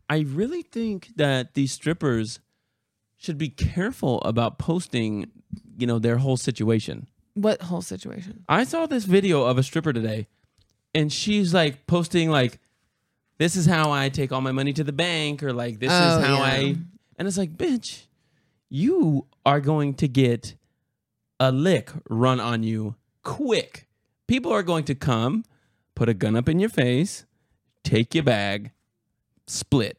I really think that these strippers should be careful about posting, you know, their whole situation.
What whole situation?
I saw this video of a stripper today and she's like posting like this is how I take all my money to the bank or like this
Oh,
is how
yeah.
I and it's like, bitch, you are going to get a lick run on you quick. People are going to come, put a gun up in your face, take your bag, split.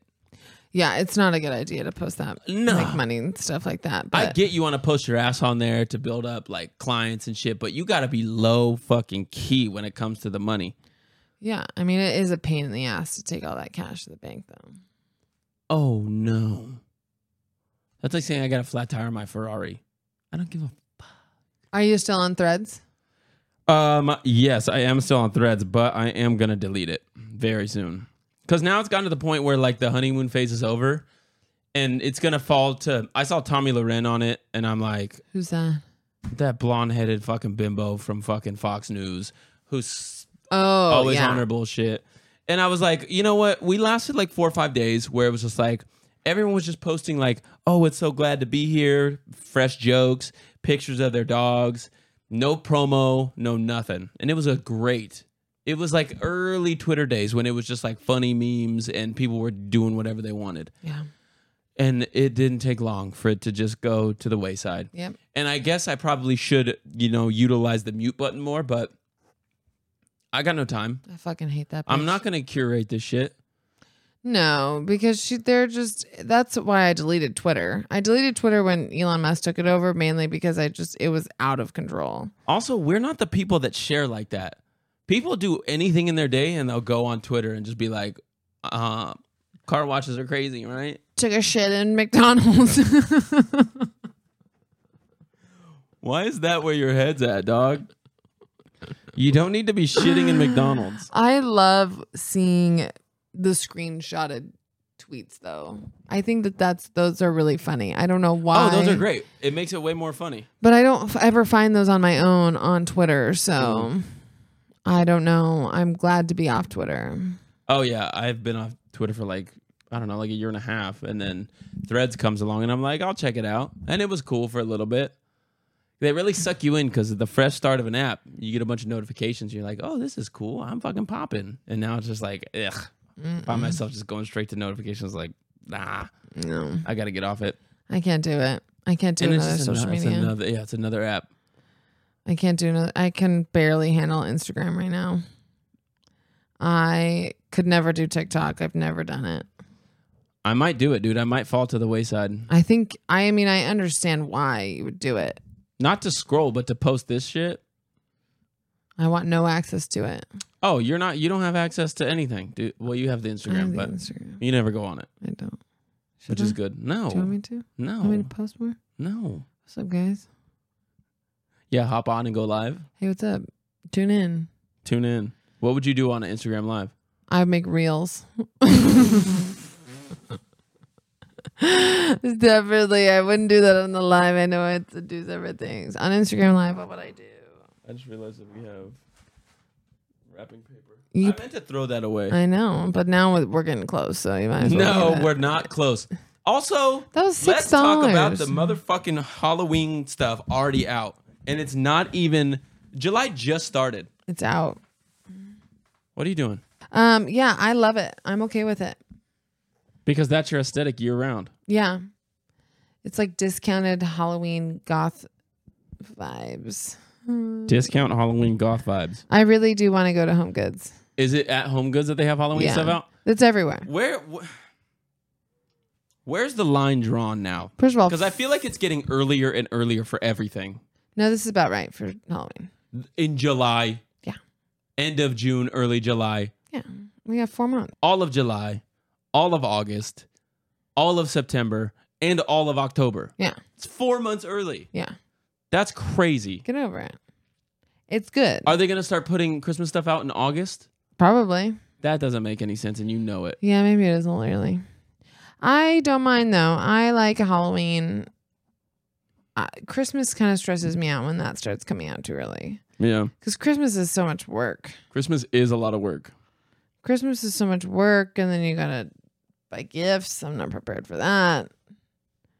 Yeah, it's not a good idea to post that
No.
like money and stuff like that. But
I get you want to post your ass on there to build up like clients and shit, but you got to be low fucking key when it comes to the money.
yeah, I mean, it is a pain in the ass to take all that cash to the bank, though.
Oh no. That's like saying I got a flat tire on my Ferrari. I don't give a
Are you still on Threads?
Um yes, I am still on threads, but I am gonna delete it very soon. Cause now it's gotten to the point where like the honeymoon phase is over and it's gonna fall to I saw Tommy Loren on it and I'm like,
Who's that?
that blonde headed fucking bimbo from fucking Fox News who's
Oh,
always
yeah.
on her bullshit. And I was like, you know what? We lasted like four or five days where it was just like everyone was just posting like, oh, it's so glad to be here, fresh jokes, pictures of their dogs, no promo, no nothing. And it was a great. It was like early Twitter days when it was just like funny memes and people were doing whatever they wanted.
Yeah.
And it didn't take long for it to just go to the wayside.
Yep.
And I guess I probably should, you know, utilize the mute button more, but I got no time.
I fucking hate that.
I'm
bitch.
not gonna curate this shit.
No, because she, they're just. That's why I deleted Twitter. I deleted Twitter when Elon Musk took it over, mainly because I just it was out of control.
Also, we're not the people that share like that. People do anything in their day and they'll go on Twitter and just be like, uh, car washes are crazy, right?
Took a shit in McDonald's.
Why is that where your head's at, dog? You don't need to be shitting in McDonald's.
I love seeing the screenshotted tweets, though. I think that that's those are really funny. I don't know why.
Oh, those are great. It makes it way more funny.
But I don't f- ever find those on my own on Twitter, so
Mm-hmm.
I don't know. I'm glad to be off Twitter.
Oh yeah, I've been off Twitter for like I don't know, like a year and a half, and then Threads comes along, and I'm like, I'll check it out, and it was cool for a little bit. They really suck you in because of the fresh start of an app. You get a bunch of notifications. You're like, oh, this is cool. I'm fucking popping. And now it's just like, ugh, by myself, just going straight to notifications. Like, nah,
No,
I got to get off it.
I can't do it. I can't do
and it's
another
just
social
another, it's
media.
another, yeah, it's another app.
I can't do another. I can barely handle Instagram right now. I could never do TikTok. I've never done it.
I might do it, dude. I might fall to the wayside.
I think. I mean, I understand why you would do it.
Not to scroll, but to post this shit.
I want no access to it.
Oh, you're not. You don't have access to anything, dude. Well, you have the
I have
Instagram,
the
but
Instagram.
You never go on it,
I don't. Should
which
I?
is good. No,
Do you want me to? You Want me
no,
to post more?
no.
What's up, guys?
Yeah, hop on and go live.
Hey, what's up? Tune in.
Tune in. What would you do on an Instagram live?
I make reels. Definitely, I wouldn't do that on the live. I know I have to do separate things on Instagram live. What would I do?
I just realized that we have wrapping paper.
You-
I meant to throw that away.
I know, but now we're- we're getting close, so you might as well.
no, we're not close. Also,
That was $6.
let's talk about the motherfucking Halloween stuff already out, and it's not even July just started.
it's out.
What are you doing?
Um, yeah, I love it. I'm okay with it.
Because that's your aesthetic year round.
Yeah, it's like discounted Halloween goth vibes.
Discount Halloween goth vibes.
I really do want to go to Home Goods.
Is it at Home Goods that they have Halloween
Yeah.
stuff out?
It's everywhere.
Where, wh- where's the line drawn now?
First of all,
Because I feel like it's getting earlier and earlier for everything.
no, this is about right for Halloween.
In July,
Yeah.
end of June, early July,
Yeah. We have four months.
all of July, all of August, all of September, and all of October.
Yeah.
It's four months early.
Yeah.
That's crazy.
Get over it. It's good.
Are they going to start putting Christmas stuff out in August?
Probably.
That doesn't make any sense, and you know it.
Yeah, maybe it isn't really. I don't mind though. I like Halloween. Uh, Christmas kind of stresses me out when that starts coming out too early.
Yeah.
Because Christmas is so much work.
Christmas is a lot of work.
Christmas is so much work, and then you gotta buy gifts. I'm not prepared for that.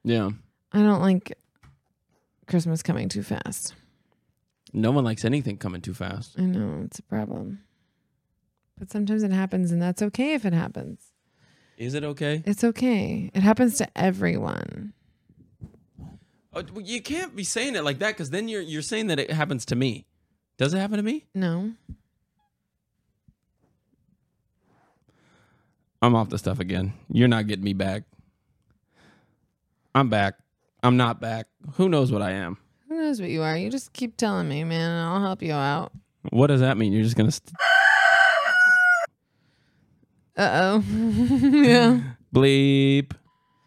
Yeah.
I don't like Christmas coming too fast.
No one likes anything coming too fast.
I know it's a problem. But sometimes it happens, and that's okay if it happens.
Is it okay?
It's okay. It happens to everyone.
Oh, well, you can't be saying it like that because then you're you're saying that it happens to me. Does it happen to me?
No.
I'm off the stuff again. You're not getting me back. I'm back. I'm not back. Who knows what I am?
Who knows what you are? You just keep telling me, man, and I'll help you out.
What does that mean? You're just gonna. St-
Uh oh. yeah.
Bleep,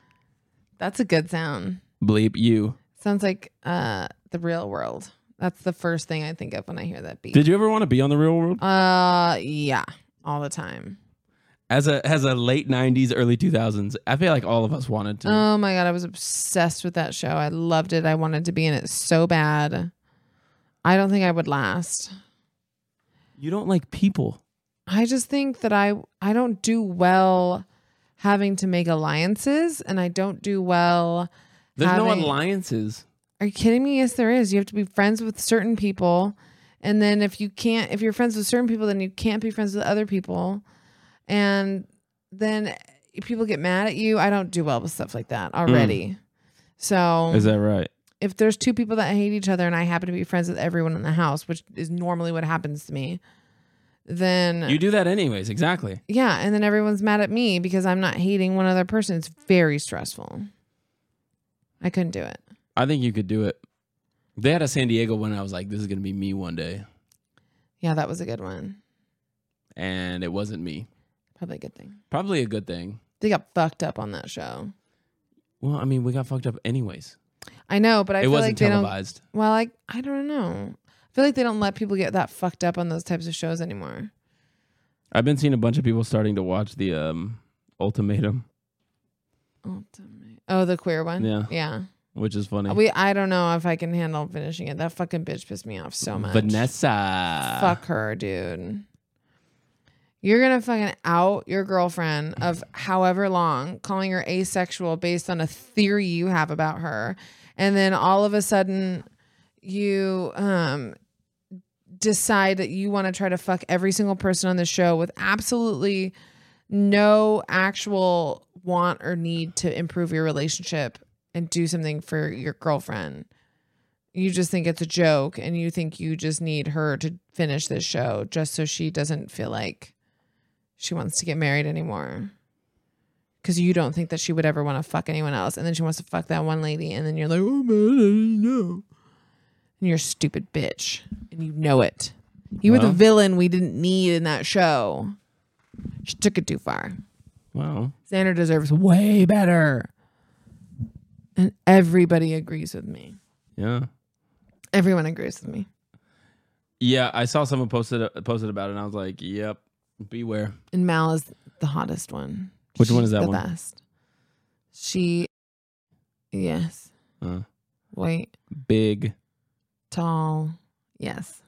That's a good sound.
bleep you.
Sounds like uh the real world. That's the first thing I think of when I hear that beat.
Did you ever want to be on the real world?
uh yeah. All the time.
As a as a late '90s, early 2000s, I feel like all of us wanted to.
Oh my god, I was obsessed with that show. I loved it. I wanted to be in it so bad. I don't think I would last.
you don't like people.
I just think that I I don't do well having to make alliances and I don't do well
There's no
having-
alliances.
Are you kidding me? Yes, there is. You have to be friends with certain people. And then if you can't, if you're friends with certain people, then you can't be friends with other people. And then people get mad at you. I don't do well with stuff like that already. So
Hmm. Is that right?
if there's two people that hate each other and I happen to be friends with everyone in the house, which is normally what happens to me, then
You do that anyways. Exactly.
yeah. And then everyone's mad at me because I'm not hating one other person. It's very stressful. I couldn't do it.
I think you could do it. They had a San Diego one. I was like, this is gonna be me one day,
Yeah, that was a good one.
and it wasn't me.
Probably a good thing.
Probably a good thing.
They got fucked up on that show.
Well, I mean, we got fucked up anyways.
I know, but I
it
feel
wasn't
like they don't.
televised.
Well, like I don't know. I feel like they don't let people get that fucked up on those types of shows anymore.
I've been seeing a bunch of people starting to watch the um, Ultimatum,
Ultimate. Oh, the queer one.
Yeah.
yeah.
which is funny.
We. I don't know if I can handle finishing it. That fucking bitch pissed me off so much.
Vanessa.
Fuck her, dude. You're gonna fucking out your girlfriend of however long, calling her asexual based on a theory you have about her, and then all of a sudden you um decide that you want to try to fuck every single person on the show with absolutely no actual want or need to improve your relationship and do something for your girlfriend you just think it's a joke and you think you just need her to finish this show just so she doesn't feel like she wants to get married anymore because you don't think that she would ever want to fuck anyone else and then she wants to fuck that one lady and then you're like oh man I didn't know and you're a stupid bitch and you know it you were
Well.
the villain we didn't need in that show she took it too far
Wow.
Xander deserves way better and everybody agrees with me
Yeah.
everyone agrees with me
Yeah, I saw someone posted posted about it, and I was like, "Yep, beware."
and Mal is the hottest one.
Which one is that
the
one?
Best. She, yes,
Uh,
white,
big.
tall, yes.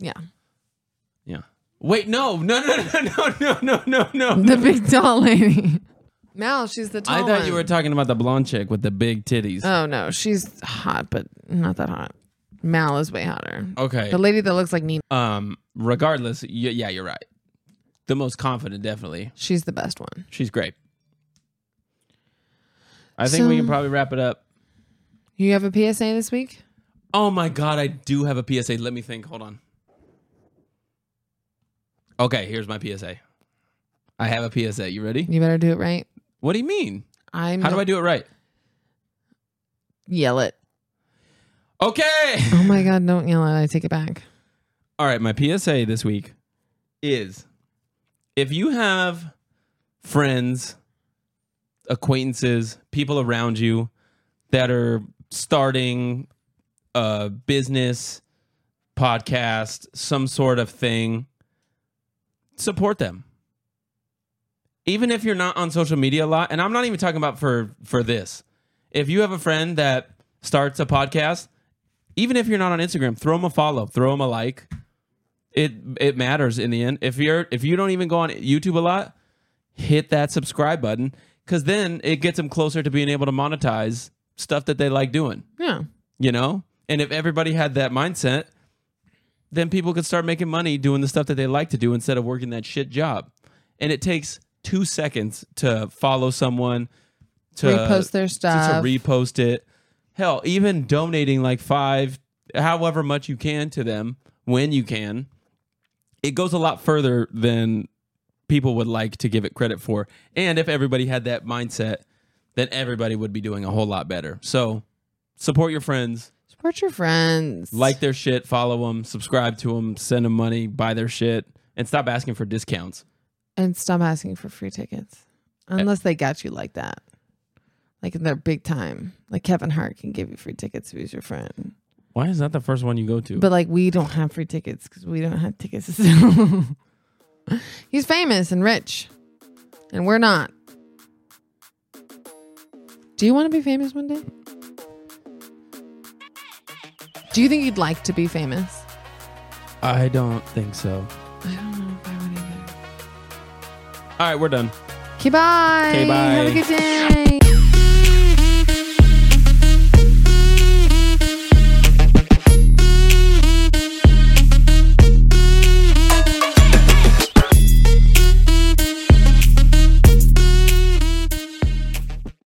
Yeah,
Wait, no, no, no, no, no, no, no, no. no.
the big tall lady. Mal, she's the tall.
I thought you
one.
were talking about the blonde chick with the big titties.
Oh no, she's hot, but not that hot. Mal is way hotter.
okay.
The lady that looks like Nina,
Um. Regardless, y- yeah, you're right. The most confident, definitely.
she's the best one.
She's great. I think we
So-
can probably wrap it up.
You have a PSA this week?
Oh my god, I do have a PSA. Let me think. Hold on. Okay, here's my PSA. I have a PSA. You ready?
You better do it right.
What do you mean?
I'm.
How do I do it right?
Yell it.
Okay.
Oh my god, don't yell it. I take it back.
All right, my PSA this week is if you have friends, acquaintances, people around you that are starting a business, podcast, some sort of thing, support them. Even if you're not on social media a lot, and I'm not even talking about for for this. If you have a friend that starts a podcast, even if you're not on Instagram, throw them a follow, throw them a like. It it matters in the end. If you're if you don't even go on YouTube a lot, hit that subscribe button because then it gets them closer to being able to monetize stuff that they like doing.
Yeah.
You know, and if everybody had that mindset, then people could start making money doing the stuff that they like to do instead of working that shit job. And it takes two seconds to follow someone, to
Repost their
to,
stuff.
to repost it. Hell, even donating like five, however much you can to them when you can, it goes a lot further than people would like to give it credit for. And if everybody had that mindset, then everybody would be doing a whole lot better. So support your friends,
Support your friends.
like their shit, follow them, subscribe to them, send them money, buy their shit, and stop asking for discounts.
and stop asking for free tickets
Eh.
unless they got you like that like in their big time like kevin hart can give you free tickets if he's your friend
Why is that the first one you go to?
but like we don't have free tickets because we don't have tickets he's famous and rich and we're not do you want to be famous one day do you think you'd like to be famous
I don't think so.
i don't know if i would either
All right, we're done.
okay bye
Okay, bye.
have a good day